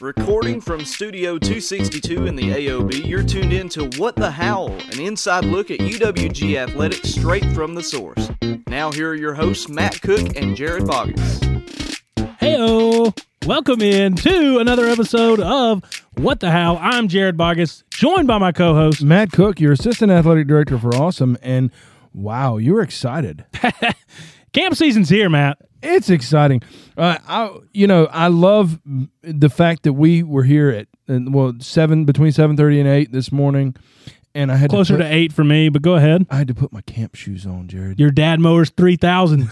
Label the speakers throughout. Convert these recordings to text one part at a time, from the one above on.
Speaker 1: Recording from Studio 262 in the AOB, you're tuned in to What the Howl, an inside look at UWG athletics straight from the source. Now, here are your hosts, Matt Cook and Jared Boggins.
Speaker 2: Heyo! Welcome in to another episode of What the How. I'm Jared Bogus, joined by my co-host.
Speaker 3: Matt Cook, your assistant athletic director for Awesome, and wow, you're excited.
Speaker 2: Camp season's here, Matt.
Speaker 3: It's exciting. Uh, I, you know, I love the fact that we were here at uh, well seven between seven thirty and eight this morning, and I had
Speaker 2: Closer
Speaker 3: to,
Speaker 2: to
Speaker 3: put,
Speaker 2: eight for me, but go ahead.
Speaker 3: I had to put my camp shoes on, Jared.
Speaker 2: Your dad mowers three thousand.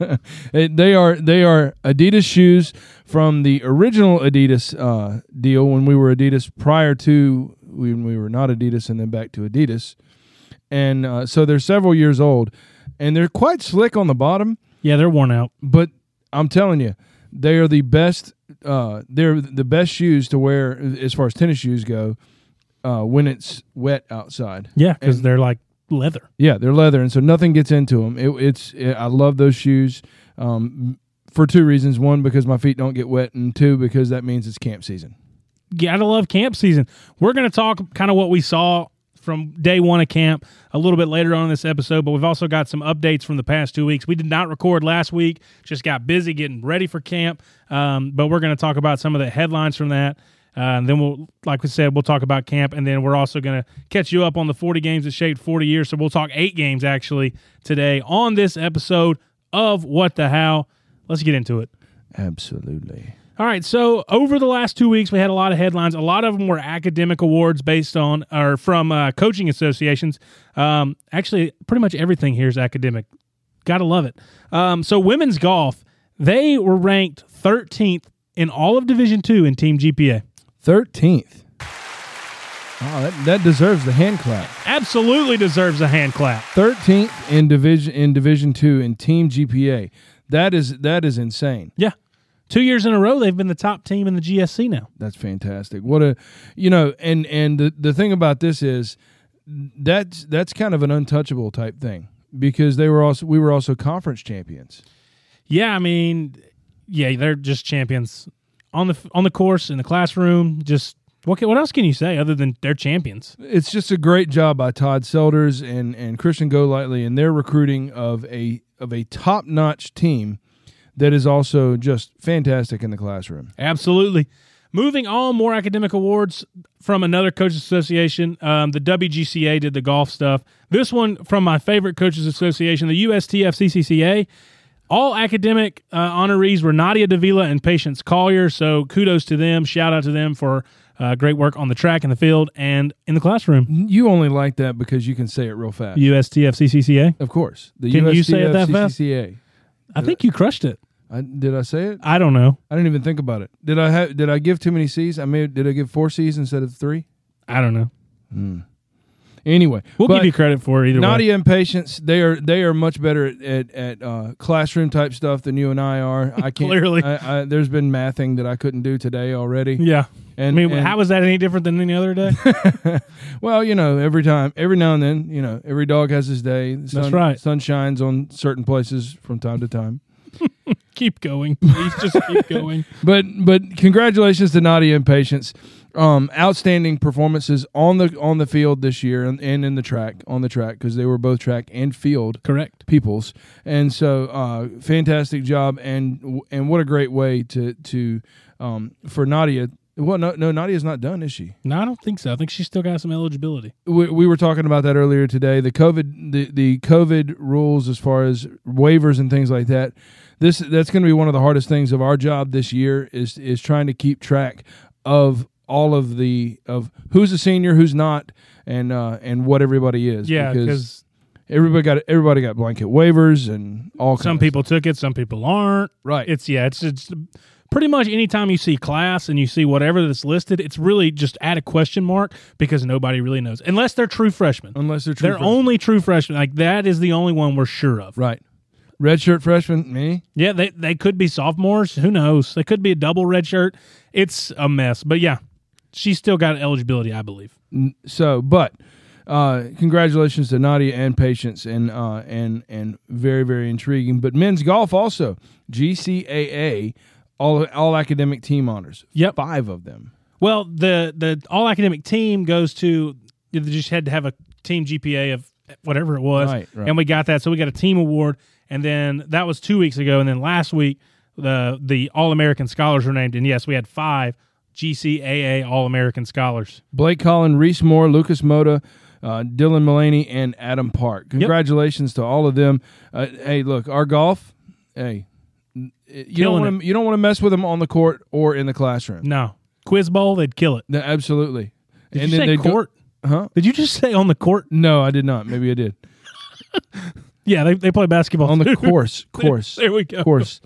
Speaker 3: Uh, they are they are Adidas shoes from the original Adidas uh, deal when we were Adidas prior to when we were not Adidas and then back to Adidas, and uh, so they're several years old, and they're quite slick on the bottom.
Speaker 2: yeah, they're worn out.
Speaker 3: but I'm telling you, they are the best. Uh, they're the best shoes to wear as far as tennis shoes go uh, when it's wet outside.
Speaker 2: Yeah, because
Speaker 3: And-
Speaker 2: they're like leather.
Speaker 3: Yeah, they're leather, and so nothing gets into them. It, it's it, I love those shoes um, for two reasons: one, because my feet don't get wet, and two, because that means it's camp season.
Speaker 2: gotta love camp season. We're gonna talk kind of what we saw from day one of camp a little bit later on in this episode, but we've also got some updates from the past two weeks. We did not record last week; just got busy getting ready for camp. Um, but we're gonna talk about some of the headlines from that. Uh, and then we'll, like we said, we'll talk about camp, and then we're also going to catch you up on the 40 games that shaped 40 years. So we'll talk eight games actually today on this episode of What the How. Let's get into it.
Speaker 3: Absolutely.
Speaker 2: All right, so over the last two weeks, we had a lot of headlines. A lot of them were academic awards based on or from uh, coaching associations. Um, actually, pretty much everything here is academic. Gotta love it. Um, so women's golf, they were ranked 13th in all of Division Two in team GPA.
Speaker 3: Thirteenth. Oh, that, that deserves the hand clap.
Speaker 2: Absolutely deserves a hand clap.
Speaker 3: 13th in division in division 2 in team GPA. That is that is insane.
Speaker 2: Yeah, two years in a row, they've been the top team in the GSC now.
Speaker 3: That's fantastic. What a you know, and and the, the thing about this is that's that's kind of an untouchable type thing because they were also we were also conference champions.
Speaker 2: Yeah, I mean, yeah, they're just champions on the on the course in the classroom. Just what can, what else can you say other than they're champions?
Speaker 3: It's just a great job by Todd Selders and and Christian Golightly and their recruiting of a of a top notch team that is also just fantastic in the classroom.
Speaker 2: Absolutely. Moving on, more academic awards from another coaches association. Um, the WGCA did the golf stuff. This one from my favorite coaches association, the USTFCCCA. All academic uh, honorees were Nadia Davila and Patience Collier. So kudos to them. Shout out to them for uh, great work on the track, in the field, and in the classroom.
Speaker 3: You only like that because you can say it real fast.
Speaker 2: USTFCCCA.
Speaker 3: Of course. The
Speaker 2: Can
Speaker 3: USCF,
Speaker 2: you say it that fast?
Speaker 3: CCCA.
Speaker 2: I think you crushed it.
Speaker 3: I, did I say it?
Speaker 2: I don't know.
Speaker 3: I didn't even think about it. Did I have? Did I give too many C's? I mean, did I give four C's instead of three?
Speaker 2: I don't know.
Speaker 3: Anyway,
Speaker 2: We'll
Speaker 3: but
Speaker 2: give you credit for it either way.
Speaker 3: Nadia and Patience, they are they are much better at at, at uh, classroom type stuff than you and I are. I can't.
Speaker 2: Clearly.
Speaker 3: I, I, there's been mathing that I couldn't do today already.
Speaker 2: Yeah.
Speaker 3: And,
Speaker 2: I mean,
Speaker 3: and-
Speaker 2: how is that any different than any other day?
Speaker 3: well, you know, every time, every now and then, you know, every dog has his day. The sun,
Speaker 2: right.
Speaker 3: Sun shines on certain places from time to time.
Speaker 2: keep going. Please just keep going.
Speaker 3: But but congratulations to Nadia and Patience. Um, outstanding performances on the on the field this year and, and in the track on the track because they were both track and field
Speaker 2: Correct.
Speaker 3: peoples and so uh, fantastic job and and what a great way to to um, for Nadia well no no Nadia's not done is she
Speaker 2: No, I don't think so. I think she's still got some eligibility.
Speaker 3: we, we were talking about that earlier today. The COVID the, the COVID rules as far as waivers and things like that. This that's going to be one of the hardest things of our job this year is is trying to keep track of all of the of who's a senior, who's not, and uh, and what everybody is.
Speaker 2: Yeah, because
Speaker 3: everybody got everybody got blanket waivers and all
Speaker 2: some
Speaker 3: kinds.
Speaker 2: people took it, some people aren't.
Speaker 3: right.
Speaker 2: It's yeah, it's it's pretty much anytime you see class and you see whatever that's listed, it's really just add a question mark because nobody really knows unless they're true freshmen.
Speaker 3: unless they're true
Speaker 2: They're
Speaker 3: freshmen.
Speaker 2: only true freshmen. Like that is the only one we're sure of.
Speaker 3: right. Redshirt freshman, me.
Speaker 2: Yeah, they they could be sophomores. Who knows? They could be a double red shirt. It's a mess. But yeah, she's still got eligibility, I believe.
Speaker 3: So, but uh, congratulations to Nadia and Patience, and uh, and and very very intriguing. But men's golf also GCAA all all academic team honors.
Speaker 2: Yep.
Speaker 3: five of them.
Speaker 2: Well, the the all academic team goes to you just had to have a team GPA of whatever it was,
Speaker 3: Right, right.
Speaker 2: and we got that. So we got a team award, and then that was two weeks ago, and then last week the the All American scholars were named, and yes, we had five GCAA All American scholars.
Speaker 3: Blake Collin, Reese Moore, Lucas Moda, uh, Dylan Mullaney, and Adam Park. Congratulations to all of them. Uh, hey, look, our golf, hey, n- you
Speaker 2: Killing
Speaker 3: don't want to you don't want to mess with them on the court or in the classroom.
Speaker 2: No quiz bowl, they'd kill it.
Speaker 3: No, absolutely.
Speaker 2: Did you say
Speaker 3: they'd go-
Speaker 2: court?
Speaker 3: huh?
Speaker 2: Did you just say on the court?
Speaker 3: No, I did not. Maybe I did.
Speaker 2: Yeah, they, they play basketball
Speaker 3: On the
Speaker 2: too.
Speaker 3: course, course,
Speaker 2: There we go.
Speaker 3: course.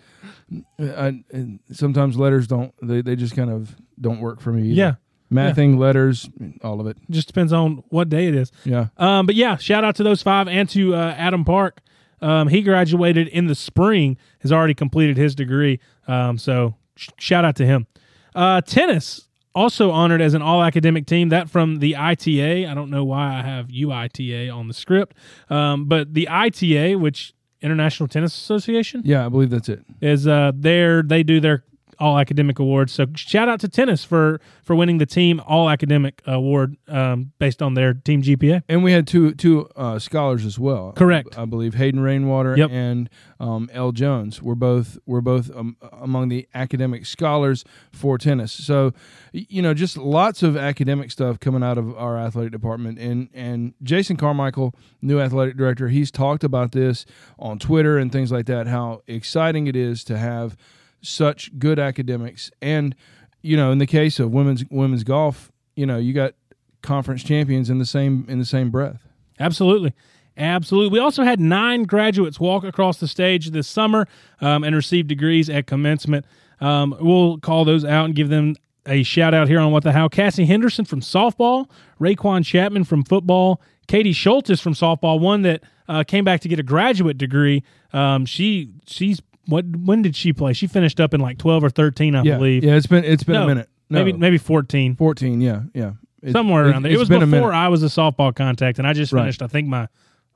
Speaker 3: I, and sometimes letters don't. They, they just kind of don't work for me. Either.
Speaker 2: Yeah.
Speaker 3: mathing, letters, all of it.
Speaker 2: Just depends on what day it is.
Speaker 3: Yeah,
Speaker 2: Um, but yeah, shout out to those five and to uh, Adam Park. Um, he graduated in the spring, has already completed his degree. Um, so sh- shout out to him. Uh, tennis also honored as an all academic team. That from the ITA. I don't know why I have UITA on the script, um, but the ITA, which International Tennis Association
Speaker 3: yeah. I believe that's it.
Speaker 2: is uh there they do their all academic awards so shout out to tennis for for winning the team all academic award um based on their team gpa
Speaker 3: And we had two two uh, scholars as well.
Speaker 2: Correct.
Speaker 3: I believe Hayden Rainwater
Speaker 2: Yep.
Speaker 3: and um, L. Jones were both were both um, among the academic scholars for tennis. So, y- you know, just lots of academic stuff coming out of our athletic department. And and Jason Carmichael, new athletic director, he's talked about this on Twitter and things like that. How exciting it is to have such good academics. And you know, in the case of women's women's golf, you know, you got conference champions in the same in the same breath.
Speaker 2: absolutely absolutely we also had nine graduates walk across the stage this summer um, and receive degrees at commencement um, we'll call those out and give them a shout out here on what the how cassie henderson from softball raquan chapman from football katie schultes from softball one that uh, came back to get a graduate degree um, she she's what when did she play? She finished up in like twelve or thirteen, I
Speaker 3: Yeah,
Speaker 2: believe.
Speaker 3: yeah. It's been it's been
Speaker 2: No,
Speaker 3: a minute. No,
Speaker 2: Maybe maybe fourteen.
Speaker 3: fourteen. Yeah, yeah. It-
Speaker 2: somewhere around there. It
Speaker 3: it's
Speaker 2: was
Speaker 3: been a
Speaker 2: before
Speaker 3: minute.
Speaker 2: I was a softball contact, and I just
Speaker 3: Right.
Speaker 2: finished, I think, my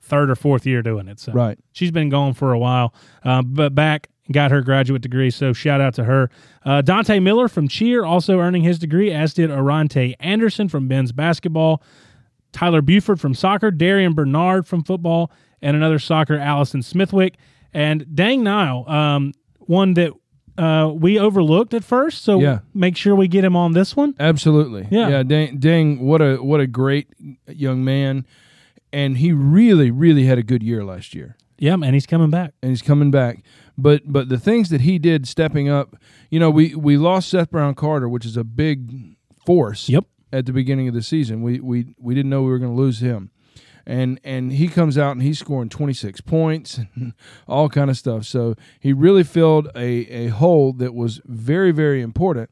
Speaker 2: third or fourth year doing it. So
Speaker 3: Right.
Speaker 2: she's been gone for a while, uh, but back got her graduate degree. So shout out to her. Uh, Dante Miller from Cheer also earning his degree, as did Arante Anderson from men's basketball, Tyler Buford from soccer, Darian Bernard from football, and another soccer, Allison Smithwick, and Dang Nile, um, one that. Uh, we overlooked at first, so
Speaker 3: Yeah.
Speaker 2: make sure we get him on this one.
Speaker 3: Absolutely.
Speaker 2: Yeah.
Speaker 3: Yeah. Dang, dang. What a what a great young man, and he really really had a good year last year.
Speaker 2: Yeah, man, he's coming back.
Speaker 3: and he's coming back. But but the things that he did stepping up, you know, we we lost Seth Brown Carter, which is a big force.
Speaker 2: Yep.
Speaker 3: At the beginning of the season, we we we didn't know we were going to lose him, and and he comes out and he's scoring 26 points and all kind of stuff. So he really filled a a hole that was very very important.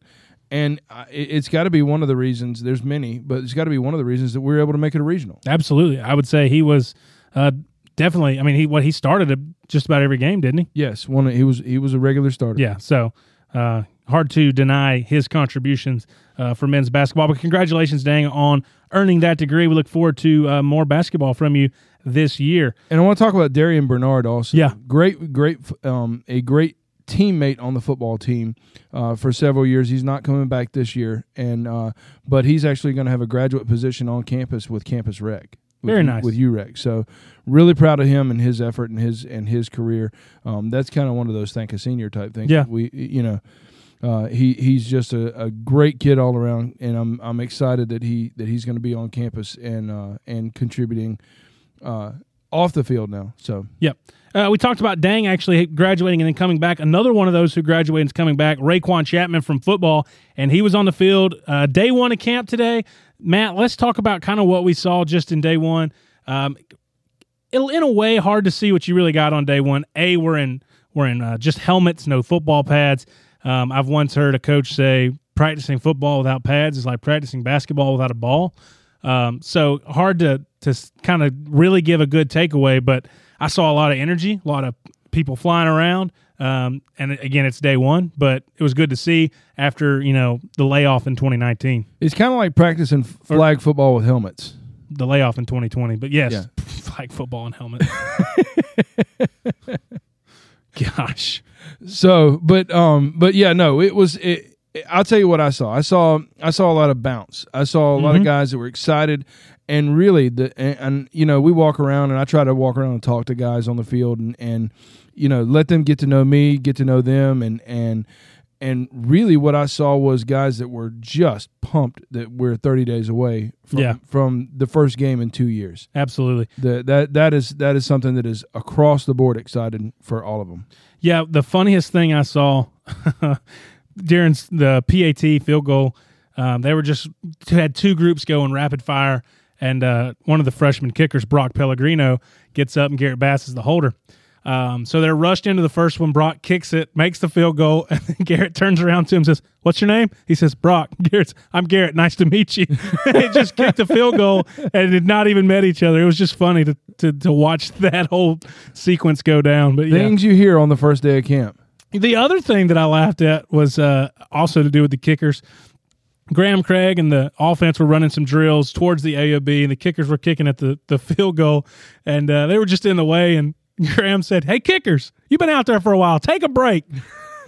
Speaker 3: And I- it- it's got to be one of the reasons. There's many, but it's got to be one of the reasons that we were able to make it a regional.
Speaker 2: Absolutely, I would say he was uh, definitely. I mean, he what he started at just about every game, didn't he?
Speaker 3: Yes, one. of- He was he was a regular starter.
Speaker 2: Yeah. So uh, hard to deny his contributions uh, for men's basketball. But congratulations, Dang, on earning that degree. We look forward to uh, more basketball from you this year.
Speaker 3: And I want to talk about Darian Bernard also.
Speaker 2: Yeah.
Speaker 3: great, great, um, a great teammate on the football team uh, for several years. He's not coming back this year, and uh, but he's actually going to have a graduate position on campus with Campus Rec. With,
Speaker 2: Very nice.
Speaker 3: with UREC. So, really proud of him and his effort and his and his career. Um, that's kind of one of those thank a senior type things.
Speaker 2: Yeah.
Speaker 3: we you know. Uh, he he's just a, a great kid all around, and I'm I'm excited that he that he's going to be on campus and uh, and contributing uh, off the field now. So
Speaker 2: Yep. Uh, we talked about Dang actually graduating and then coming back. Another one of those who graduated and is coming back, Raquan Chapman from football, and he was on the field uh, day one of camp today. Matt, let's talk about kind of what we saw just in day one. Um, it, in a way, hard to see what you really got on day one. A, we're in we're in uh, just helmets, no football pads. Um, I've once heard a coach say practicing football without pads is like practicing basketball without a ball. Um, so hard to to kind of really give a good takeaway, but I saw a lot of energy, a lot of people flying around. Um, and again, it's day one, but it was good to see after you know the layoff in 2019,
Speaker 3: it's kind of like practicing f- flag football with helmets.
Speaker 2: the layoff in 2020. But yes,
Speaker 3: Yeah.
Speaker 2: flag football and helmet. Gosh,
Speaker 3: So, but um, but yeah, no, it was it. I'll tell you what I saw. I saw I saw a lot of bounce. I saw a lot of guys that were excited, and really the and, and you know we walk around and I try to walk around and talk to guys on the field and and you know let them get to know me, get to know them, and and and really what I saw was guys that were just pumped that we're thirty days away from
Speaker 2: Yeah.
Speaker 3: from the first game in two years.
Speaker 2: Absolutely.
Speaker 3: The, that that is that is something that is across the board excited for all of them.
Speaker 2: Yeah, the funniest thing I saw during s- the PAT field goal, um, they were just had two groups going rapid fire, and uh, one of the freshman kickers, Brock Pellegrino, gets up, and Garrett Bass is the holder. Um, so they're rushed into the first one. Brock kicks it, makes the field goal, and then Garrett turns around to him and says, What's your name? He says, Brock. Garrett's, I'm Garrett. Nice to meet you. they just kicked the field goal and did not even met each other. It was just funny to, to, to watch that whole sequence go down. But yeah.
Speaker 3: Things you hear on the first day of camp.
Speaker 2: The other thing that I laughed at was uh, also to do with the kickers. Graham Craig and the offense were running some drills towards the AOB, and the kickers were kicking at the, the field goal, and uh, they were just in the way. And Graham said, "Hey, kickers, you've been out there for a while. Take a break.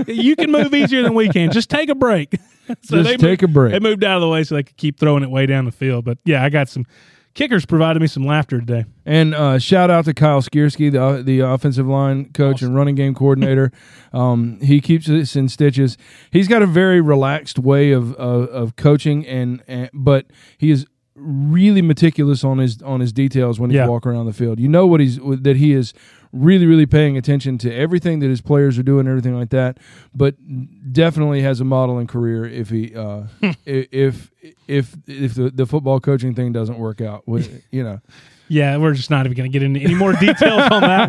Speaker 2: you can move easier than we can. Just take a break." so
Speaker 3: Just take a break.
Speaker 2: They moved out of the way so they could keep throwing it way down the field. But yeah, I got some kickers provided me some laughter today.
Speaker 3: And uh, shout out to Kyle Skierski, the uh, the offensive line coach and running game coordinator. um, he keeps us in stitches. He's got a very relaxed way of of, of coaching, and, and but he is really meticulous on his on his details when he's
Speaker 2: Yeah.
Speaker 3: walking around the field. You know what he's that he is really really paying attention to everything that his players are doing, everything like that. But definitely has a modeling career if he uh, i- if if if the, the football coaching thing doesn't work out, with, you know.
Speaker 2: Yeah, we're just not even going to get into any more details on that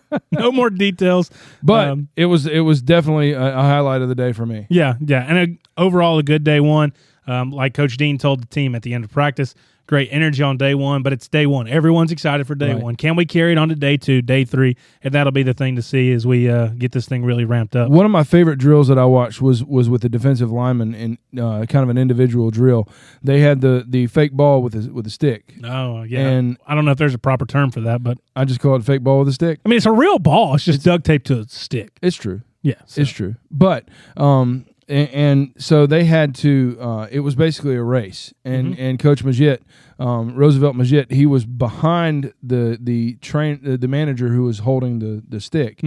Speaker 2: one. No more details.
Speaker 3: But
Speaker 2: Um,
Speaker 3: it was it was definitely a, a highlight of the day for me.
Speaker 2: yeah, yeah. And a, overall, a good day one. Um, like Coach Dean told the team at the end of practice, great energy on day one, but it's day one. Everyone's excited for day
Speaker 3: Right.
Speaker 2: one. Can we carry it on to day two, day three? And that'll be the thing to see as we uh, get this thing really ramped up.
Speaker 3: One of my favorite drills that I watched was was with the defensive lineman and uh, kind of an individual drill. They had the the fake ball with a, with a stick.
Speaker 2: Oh, yeah.
Speaker 3: And-
Speaker 2: I don't know if there's a proper term for that, but
Speaker 3: I just call it fake ball with a stick.
Speaker 2: I mean, it's a real ball. It's just duct taped to a stick.
Speaker 3: It's true.
Speaker 2: Yeah. so-
Speaker 3: It's true. But um and, and so they had to uh it was basically a race. And and coach Majit, um Roosevelt Majit, he was behind the the train the, the manager who was holding the the stick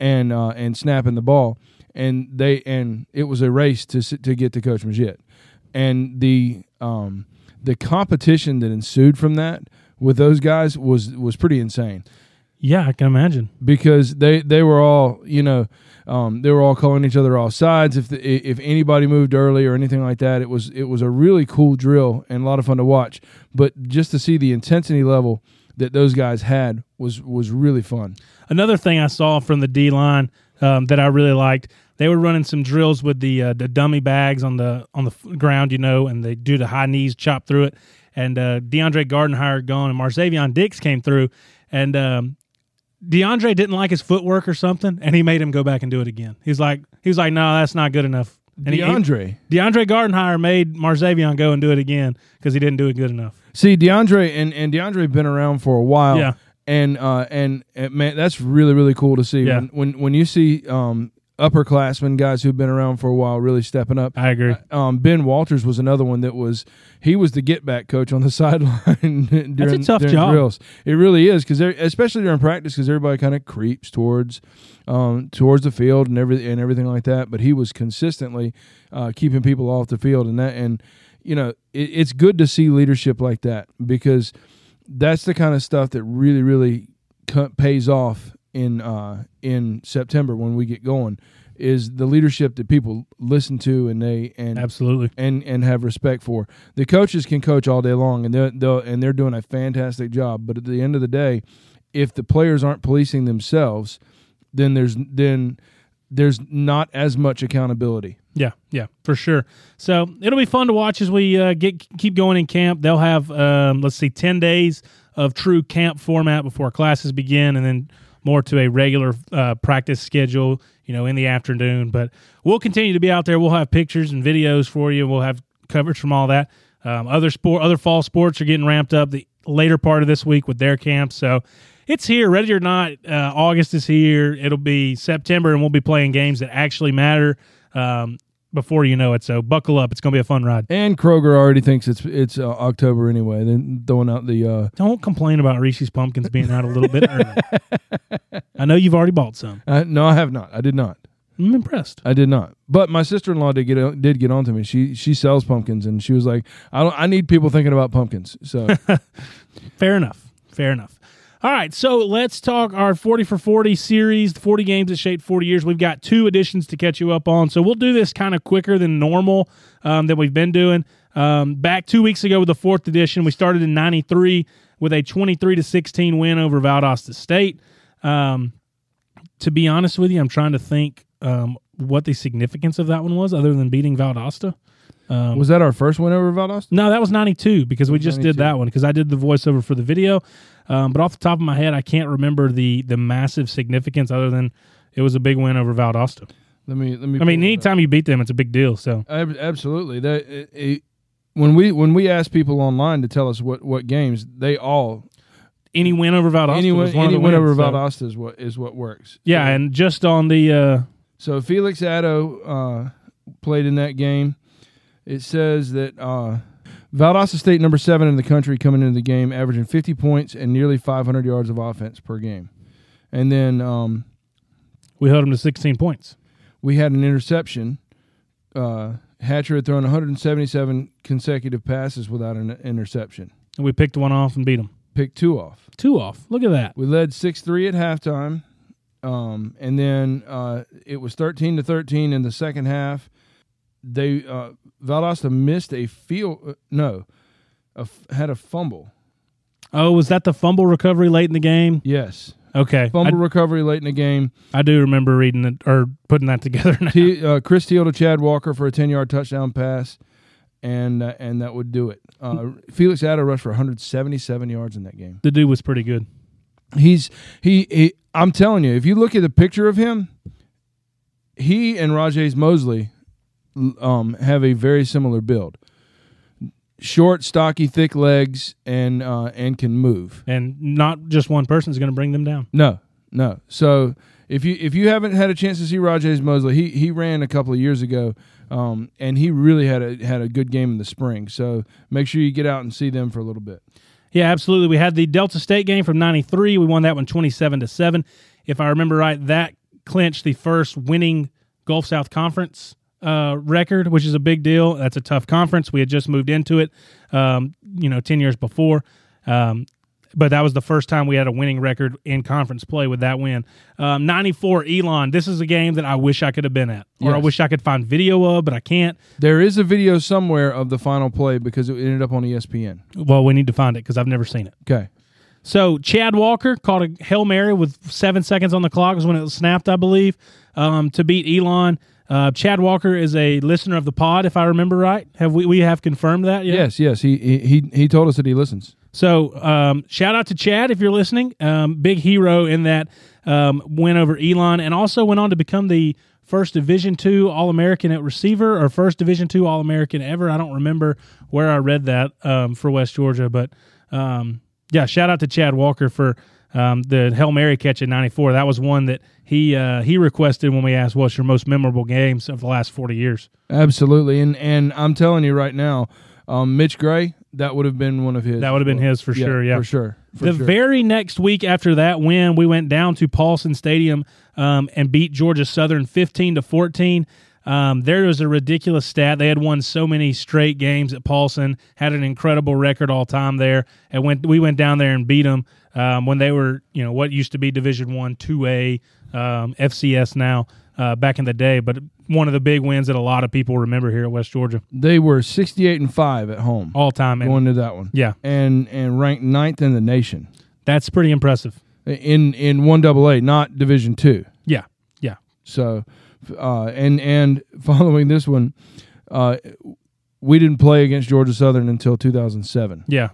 Speaker 3: and uh and snapping the ball. And they and it was a race to s- to get to coach Majit. And the um the competition that ensued from that with those guys was was pretty insane
Speaker 2: yeah, I can imagine.
Speaker 3: because they they were all you know um, they were all calling each other off sides if the, if anybody moved early or anything like that it was it was a really cool drill and a lot of fun to watch but just to see the intensity level that those guys had was was really fun
Speaker 2: Another thing I saw from the D line um, that I really liked, they were running some drills with the uh, the dummy bags on the on the f- ground, you know, and they do the high knees chop through it. And uh, DeAndre Gardenhire had gone, and Marzavion Dix came through, and um, DeAndre didn't like his footwork or something, and he made him go back and do it again. He's like, he was like, no, that's not good enough. And he-
Speaker 3: DeAndre
Speaker 2: he, DeAndre Gardenhire made Marzavion go and do it again because he didn't do it good enough.
Speaker 3: see DeAndre and and DeAndre been around for a while
Speaker 2: Yeah.
Speaker 3: and uh and, and man that's really really cool to see
Speaker 2: Yeah.
Speaker 3: when, when when you see um upperclassmen guys who've been around for a while really stepping up
Speaker 2: I agree.
Speaker 3: um, Ben Walters was another one that was he was the get back coach on the sideline during,
Speaker 2: tough
Speaker 3: during
Speaker 2: job.
Speaker 3: drills. It really is because especially during practice because everybody kind of creeps towards um, towards the field and every and everything like that. But he was consistently uh, keeping people off the field and that and you know it, it's good to see leadership like that because that's the kind of stuff that really really co- pays off in uh, in September when we get going. Is the leadership that people listen to and they and
Speaker 2: Absolutely.
Speaker 3: and and have respect for. The coaches can coach all day long, and they're they'll, and they're doing a fantastic job. But at the end of the day, if the players aren't policing themselves, then there's then there's not as much accountability.
Speaker 2: Yeah, yeah, for sure. So it'll be fun to watch as we uh, get keep going in camp. They'll have um, let's see, ten days of true camp format before classes begin, and then more to a regular uh, practice schedule. You know, in the afternoon. But we'll continue to be out there. We'll have pictures and videos for you. We'll have coverage from all that. Um, other sport, other fall sports are getting ramped up the later part of this week with their camp. So it's here, ready or not. Uh, August is here. It'll be September, and we'll be playing games that actually matter. Um, before you know it, so buckle up. It's going to be a fun ride.
Speaker 3: And Kroger already thinks it's it's uh, October anyway. They're throwing out the uh,
Speaker 2: Don't complain about Reese's pumpkins being out a little bit early. I know you've already bought some.
Speaker 3: uh, no, I have not. I did not.
Speaker 2: I'm impressed.
Speaker 3: I did not. But my sister in law did get on, did get on to me. She she sells pumpkins, and she was like, I don't. I need people thinking about pumpkins. So
Speaker 2: Fair enough. Fair enough. All right, so let's talk our 40 for 40 series, the 40 games that shaped 40 years. We've got two editions to catch you up on, so we'll do this kind of quicker than normal um, that we've been doing. Um, back two weeks ago with the fourth edition, we started in 93 with a 23 to 16 win over Valdosta State. Um, to be honest with you, I'm trying to think um, what the significance of that one was other than beating Valdosta. Um,
Speaker 3: was that our first win over Valdosta?
Speaker 2: No, that was 92 because we just did
Speaker 3: 92.
Speaker 2: that one because I did the voiceover for the video. Um, but off the top of my head, I can't remember the the massive significance other than it was a big win over Valdosta.
Speaker 3: Let me let me.
Speaker 2: I mean,
Speaker 3: pull it up.
Speaker 2: anytime you beat them, it's a big deal. So
Speaker 3: Ab- absolutely. That it, it- when we when we ask people online to tell us what what games they all
Speaker 2: any win over Valdosta
Speaker 3: any
Speaker 2: was
Speaker 3: win
Speaker 2: one
Speaker 3: any
Speaker 2: of the
Speaker 3: win over
Speaker 2: wins, so-
Speaker 3: Valdosta is what is what works.
Speaker 2: Yeah, and just on the uh,
Speaker 3: So Felix Addo uh, played in that game. It says that uh, Valdosta State, number seven in the country, coming into the game, averaging 50 points and nearly 500 yards of offense per game. And then um,
Speaker 2: we held them to 16 points.
Speaker 3: we had an interception. Uh, Hatcher had thrown 177 consecutive passes without an interception.
Speaker 2: And we picked one off and beat them
Speaker 3: Picked two off.
Speaker 2: two off. Look at that.
Speaker 3: We led six three at halftime, um, and then uh, it was thirteen to thirteen in the second half. They uh, Valdosta missed a field uh, no, a f had a fumble.
Speaker 2: Oh, was that the fumble recovery late in the game?
Speaker 3: Yes,
Speaker 2: Okay,
Speaker 3: fumble recovery late in the game.
Speaker 2: I, I do remember reading it or putting that together. Now.
Speaker 3: T, uh, Chris Teal to Chad Walker for a ten yard touchdown pass. And, uh, and that would do it. Uh, Felix Addo rushed for 177 yards in that game.
Speaker 2: The dude was pretty good.
Speaker 3: He's he, he. I'm telling you, if you look at the picture of him, he and Rajay's Mosley l- um, have a very similar build. Short, stocky, thick legs, and uh, and can move.
Speaker 2: and not just one person is going to bring them down.
Speaker 3: No, no. So if you if you haven't had a chance to see Rajay's Mosley, he he ran a couple of years ago, um, and he really had a had a good game in the spring. So make sure you get out and see them for a little bit.
Speaker 2: Yeah, absolutely. We had the Delta State game from 93. We won that one 27 to 7. If I remember right, that clinched the first winning Gulf South Conference uh, record, which is a big deal. That's a tough conference. We had just moved into it, um, you know, 10 years before. Um, but that was the first time we had a winning record in conference play with that win. Um, 94 Elon. This is a game that I wish I could have been at, or I
Speaker 3: Yes.
Speaker 2: wish I could find video of, but I can't.
Speaker 3: There is a video somewhere of the final play because it ended up on E ESPN.
Speaker 2: Well, we need to find it because I've never seen it.
Speaker 3: Okay.
Speaker 2: So Chad Walker caught a hail mary with seven seconds on the clock is when it was snapped, I believe, um, to beat Elon. Uh, Chad Walker is a listener of the pod, if I remember right. Have we we have confirmed that? yet?
Speaker 3: Yes, yes. He he he- he told us that he listens.
Speaker 2: So um, shout out to Chad if you're listening. Um, big hero in that um, win over Elon, and also went on to become the first Division two All American at receiver or first Division two All American ever. I don't remember where I read that um, for West Georgia, but um, yeah, shout out to Chad Walker for. Um, the Hail Mary catch in '94. That was one that he uh, he requested when we asked, "What's your most memorable games of the last 40 years?"
Speaker 3: Absolutely. And and I'm telling you right now, um, Mitch Gray, that would have been one of his.
Speaker 2: That would have been his for sure. Yeah,
Speaker 3: for sure. For
Speaker 2: the
Speaker 3: sure.
Speaker 2: very next week after that win, we went down to Paulson Stadium um, and beat Georgia Southern fifteen to fourteen. Um, there was a ridiculous stat. They had won so many straight games at Paulson, had an incredible record all time there, and went we went down there and beat them um, when they were you know what used to be Division One, Two A, um, FCS now uh, back in the day, but one of the big wins that a lot of people remember here at West Georgia
Speaker 3: they were 68 and five at home
Speaker 2: all time. And,
Speaker 3: going to that one.
Speaker 2: yeah,
Speaker 3: And and ranked ninth in the nation
Speaker 2: that's pretty impressive.
Speaker 3: in in one double A, not Division two.
Speaker 2: Yeah, yeah.
Speaker 3: So, uh, and and following this one, uh, we didn't play against Georgia Southern until 2007.
Speaker 2: Yeah.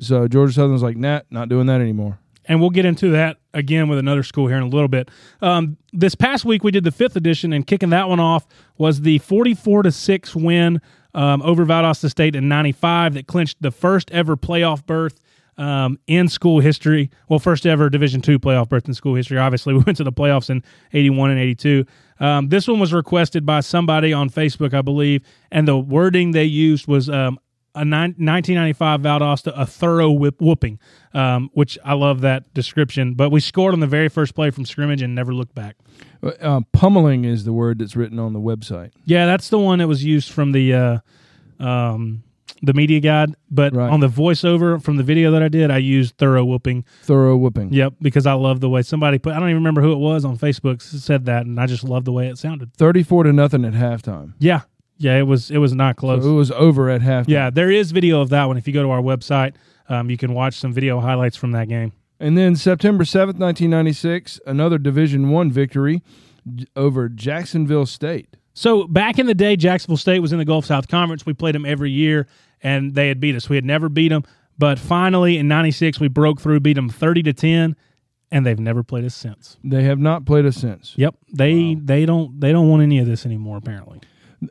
Speaker 3: So Georgia Southern's like, nah, not doing that anymore.
Speaker 2: and we'll get into that again with another school here in a little bit. Um, this past week we did the fifth edition, and kicking that one off was the forty-four to six win um, over Valdosta State in '95 that clinched the first ever playoff berth. um, in school history. Well, first ever Division two playoff berth in school history. Obviously, we went to the playoffs in '81 and '82. Um, this one was requested by somebody on Facebook, I believe, and the wording they used was um, a nine, 1995 Valdosta, a thorough whip, whooping, um, which I love that description. But we scored on the very first play from scrimmage and never looked back.
Speaker 3: Uh, pummeling is the word that's written on the website.
Speaker 2: Yeah, that's the one that was used from the uh, um, the media guide. But
Speaker 3: Right.
Speaker 2: on the voiceover from the video that I did, I used thorough whooping.
Speaker 3: Thorough whooping.
Speaker 2: Yep, because I love the way somebody put. I don't even remember who it was on Facebook s- said that, and I just love the way it sounded.
Speaker 3: Thirty-four to nothing at halftime.
Speaker 2: Yeah, yeah, it was it was not close.
Speaker 3: So it was over at halftime.
Speaker 2: yeah, there is video of that one. If you go to our website, um, you can watch some video highlights from that game.
Speaker 3: And then September 7th, 1996, another Division 1 victory j- over Jacksonville State.
Speaker 2: So back in the day, Jacksonville State was in the Gulf South Conference. We played them every year, and they had beat us. We had never beat them, but finally in '96 we broke through, beat them 30 to 10, and they've never played us since.
Speaker 3: They have not played us since.
Speaker 2: Yep they they don't they don't want any of this anymore. Apparently,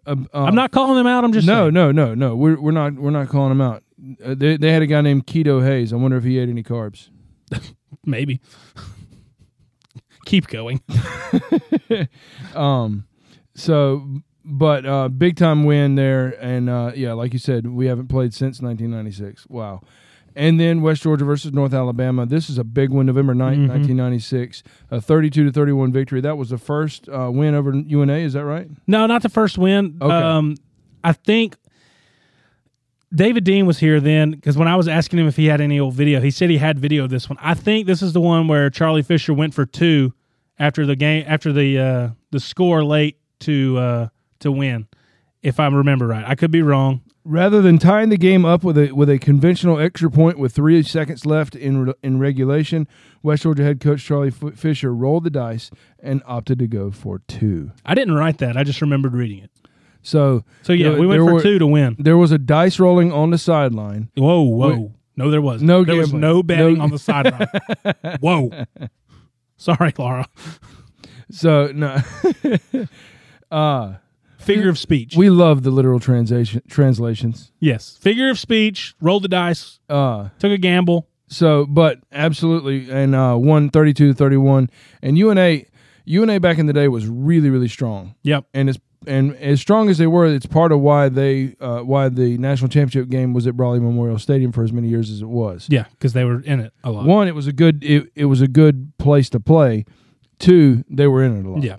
Speaker 3: Um,
Speaker 2: I'm not calling them out. I'm just
Speaker 3: No,
Speaker 2: saying.
Speaker 3: no, no, no. We're, we're not we're not calling them out. Uh, they, they had a guy named Keto Hayes. I wonder if he ate any carbs.
Speaker 2: maybe. Keep going.
Speaker 3: Um, So, but uh, big time win there, and uh, yeah, like you said, we haven't played since 1996. Wow. And then West Georgia versus North Alabama. This is a big one, November 9th, 1996, a 32 to 31 victory. That was the first uh, win over UNA. Is that right?
Speaker 2: No, not the first win.
Speaker 3: Okay.
Speaker 2: Um, I think David Dean was here then because when I was asking him if he had any old video, he said he had video of this one. I think this is the one where Charlie Fisher went for two after the game after the uh, the score late to uh, to win. If I remember right, I could be wrong.
Speaker 3: Rather than tying the game up with a with a conventional extra point with three seconds left in re- in regulation, West Georgia head coach Charlie F- Fisher rolled the dice and opted to go for two.
Speaker 2: I didn't write that. I just remembered reading it.
Speaker 3: So,
Speaker 2: So yeah,
Speaker 3: there-
Speaker 2: we went
Speaker 3: there
Speaker 2: for
Speaker 3: were-
Speaker 2: two to win.
Speaker 3: There was a dice rolling on the sideline.
Speaker 2: Whoa, whoa. no, there wasn't.
Speaker 3: No
Speaker 2: there was
Speaker 3: gambling.
Speaker 2: no betting
Speaker 3: No-
Speaker 2: on the sideline. whoa. Sorry, Laura.
Speaker 3: So no,
Speaker 2: Figure of speech.
Speaker 3: we love the literal translation translations.
Speaker 2: Yes. Figure of speech, rolled the dice,
Speaker 3: Uh,
Speaker 2: took a gamble.
Speaker 3: so but absolutely, and uh, one thirty two thirty one, and UNA UNA back in the day was really really strong.
Speaker 2: Yep.
Speaker 3: and as and as strong as they were, it's part of why they uh, why the national championship game was at Brawley Memorial Stadium for as many years as it was.
Speaker 2: Yeah, because they were in it a lot.
Speaker 3: One, it was a good it, it was a good place to play. Two, they were in it a lot.
Speaker 2: Yeah,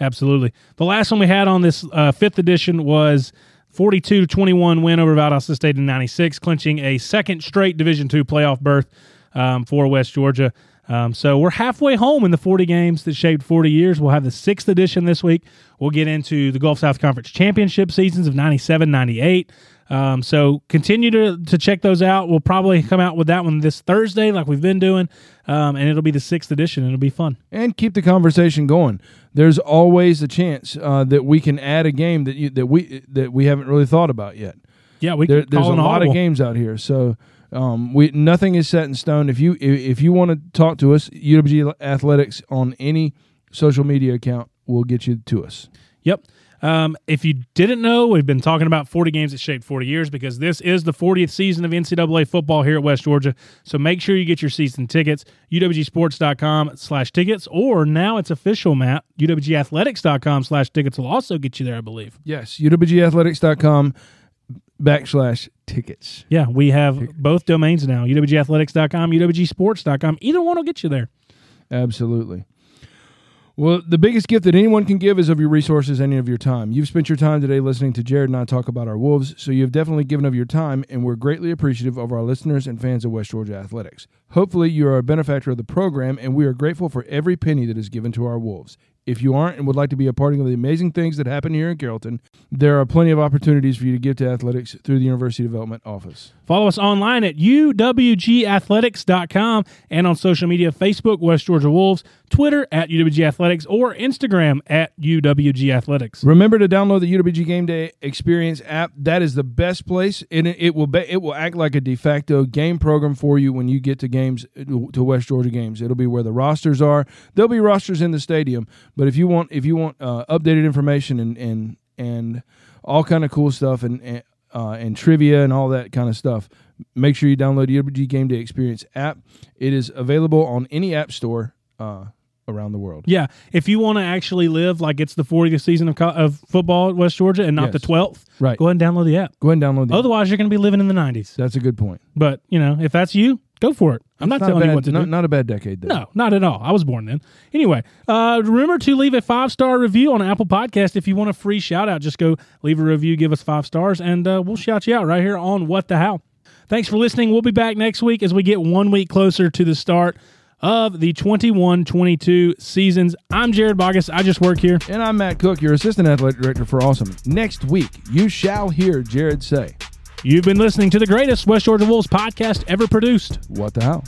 Speaker 2: absolutely. The last one we had on this uh, fifth edition was 42 to 21 win over Valdosta State in 96, clinching a second straight Division two playoff berth um, for West Georgia. Um, so we're halfway home in the 40 games that shaped 40 years. We'll have the sixth edition this week. We'll get into the Gulf South Conference championship seasons of 97, 98. Um, so continue to, to check those out. We'll probably come out with that one this Thursday, like we've been doing, um, and it'll be the sixth edition. It'll be fun.
Speaker 3: and keep the conversation going. There's always a chance uh, that we can add a game that you, that we that we haven't really thought about yet.
Speaker 2: Yeah, we
Speaker 3: There,
Speaker 2: can
Speaker 3: there's
Speaker 2: call
Speaker 3: a
Speaker 2: an
Speaker 3: lot
Speaker 2: audible.
Speaker 3: of games out here, so um, we nothing is set in stone. If you if, if you want to talk to us, UWG Athletics on any social media account will get you to us.
Speaker 2: Yep. Um, if you didn't know, we've been talking about 40 games that shaped 40 years because this is the 40th season of NCAA football here at West Georgia. So make sure you get your season tickets, uwgsports.com slash tickets, or now it's official, Matt, uwgathletics.com slash tickets will also get you there, I believe.
Speaker 3: Yes, UWGAthletics.com backslash tickets.
Speaker 2: Yeah, we have both domains now, uwgathletics.com, uwgsports.com. Either one will get you there.
Speaker 3: Absolutely. Well, the biggest gift that anyone can give is of your resources and of your time. You've spent your time today listening to Jared and I talk about our Wolves, so you've definitely given of your time, and we're greatly appreciative of our listeners and fans of West Georgia Athletics. Hopefully, you are a benefactor of the program, and we are grateful for every penny that is given to our Wolves. If you aren't and would like to be a part of the amazing things that happen here in Carrollton, there are plenty of opportunities for you to give to athletics through the University Development Office.
Speaker 2: Follow us online at uwgathletics.com and on social media Facebook, West Georgia Wolves, Twitter at UWG Athletics, or Instagram at UWG Athletics.
Speaker 3: Remember to download the UWG Game Day Experience app. That is the best place, and it, it will be, it will act like a de facto game program for you when you get to games to West Georgia games. It'll be where the rosters are. There'll be rosters in the stadium, but if you want if you want uh, updated information and and and all kind of cool stuff and and, uh, and trivia and all that kind of stuff, make sure you download the UWG Game Day Experience app. It is available on any app store uh, around the world.
Speaker 2: Yeah, if you want to actually live like it's the 40th season of, co- of football at West Georgia and not the
Speaker 3: Yes.
Speaker 2: 12th,
Speaker 3: Right.
Speaker 2: go ahead and download the app.
Speaker 3: Go ahead and download the app.
Speaker 2: Otherwise, you're going to be living in the 90s.
Speaker 3: That's a good point.
Speaker 2: But, you know, if that's you, go for it. I'm not,
Speaker 3: Not, a
Speaker 2: telling
Speaker 3: bad,
Speaker 2: you what to
Speaker 3: not,
Speaker 2: do.
Speaker 3: not a bad decade, though.
Speaker 2: No, not at all. I was born then. Anyway, uh, remember to leave a five star review on Apple Podcast. If you want a free shout out, just go leave a review, give us five stars, and uh, we'll shout you out right here on What the How. Thanks for listening. We'll be back next week as we get one week closer to the start of the 21 22 seasons. I'm Jared Bogus. I just work here.
Speaker 3: And I'm Matt Cook, your assistant athletic director for Awesome. Next week, you shall hear Jared say,
Speaker 2: You've been listening to the greatest West Georgia Wolves podcast ever produced.
Speaker 3: What the hell?